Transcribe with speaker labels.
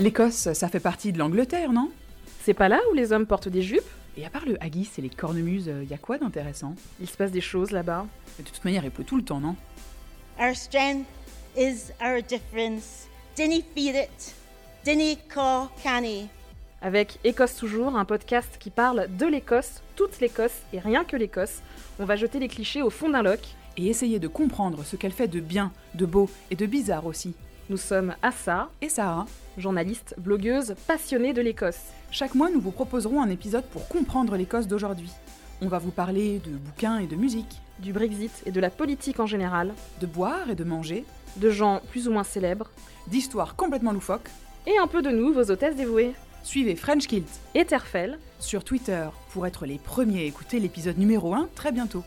Speaker 1: L'Écosse, ça fait partie de l'Angleterre, non
Speaker 2: C'est pas là où les hommes portent des jupes
Speaker 1: Et à part le haggis et les cornemuses, euh, y a quoi d'intéressant
Speaker 2: Il se passe des choses là-bas.
Speaker 1: De toute manière, il pleut tout le temps, non
Speaker 3: Our strength is our difference. Dinny feed it. Dinny call canny.
Speaker 2: Avec Écosse toujours, un podcast qui parle de l'Écosse, toute l'Écosse et rien que l'Écosse. On va jeter les clichés au fond d'un loch.
Speaker 1: Et essayer de comprendre ce qu'elle fait de bien, de beau et de bizarre aussi.
Speaker 2: Nous sommes Assa,
Speaker 1: Et hein, Sarah,
Speaker 2: journaliste, blogueuse, passionnée de l'Écosse.
Speaker 1: chaque mois, nous vous proposerons un épisode pour comprendre l'Écosse d'aujourd'hui. On va vous parler de bouquins et de musique,
Speaker 2: Du Brexit et de la politique en général,
Speaker 1: de boire et de manger,
Speaker 2: de gens plus ou moins célèbres,
Speaker 1: d'histoires complètement loufoques.
Speaker 2: et un peu de nous, vos hôtesses dévouées.
Speaker 1: Suivez French Kilt
Speaker 2: Etherfell,
Speaker 1: sur Twitter pour être les premiers à écouter l'épisode numéro 1 très bientôt.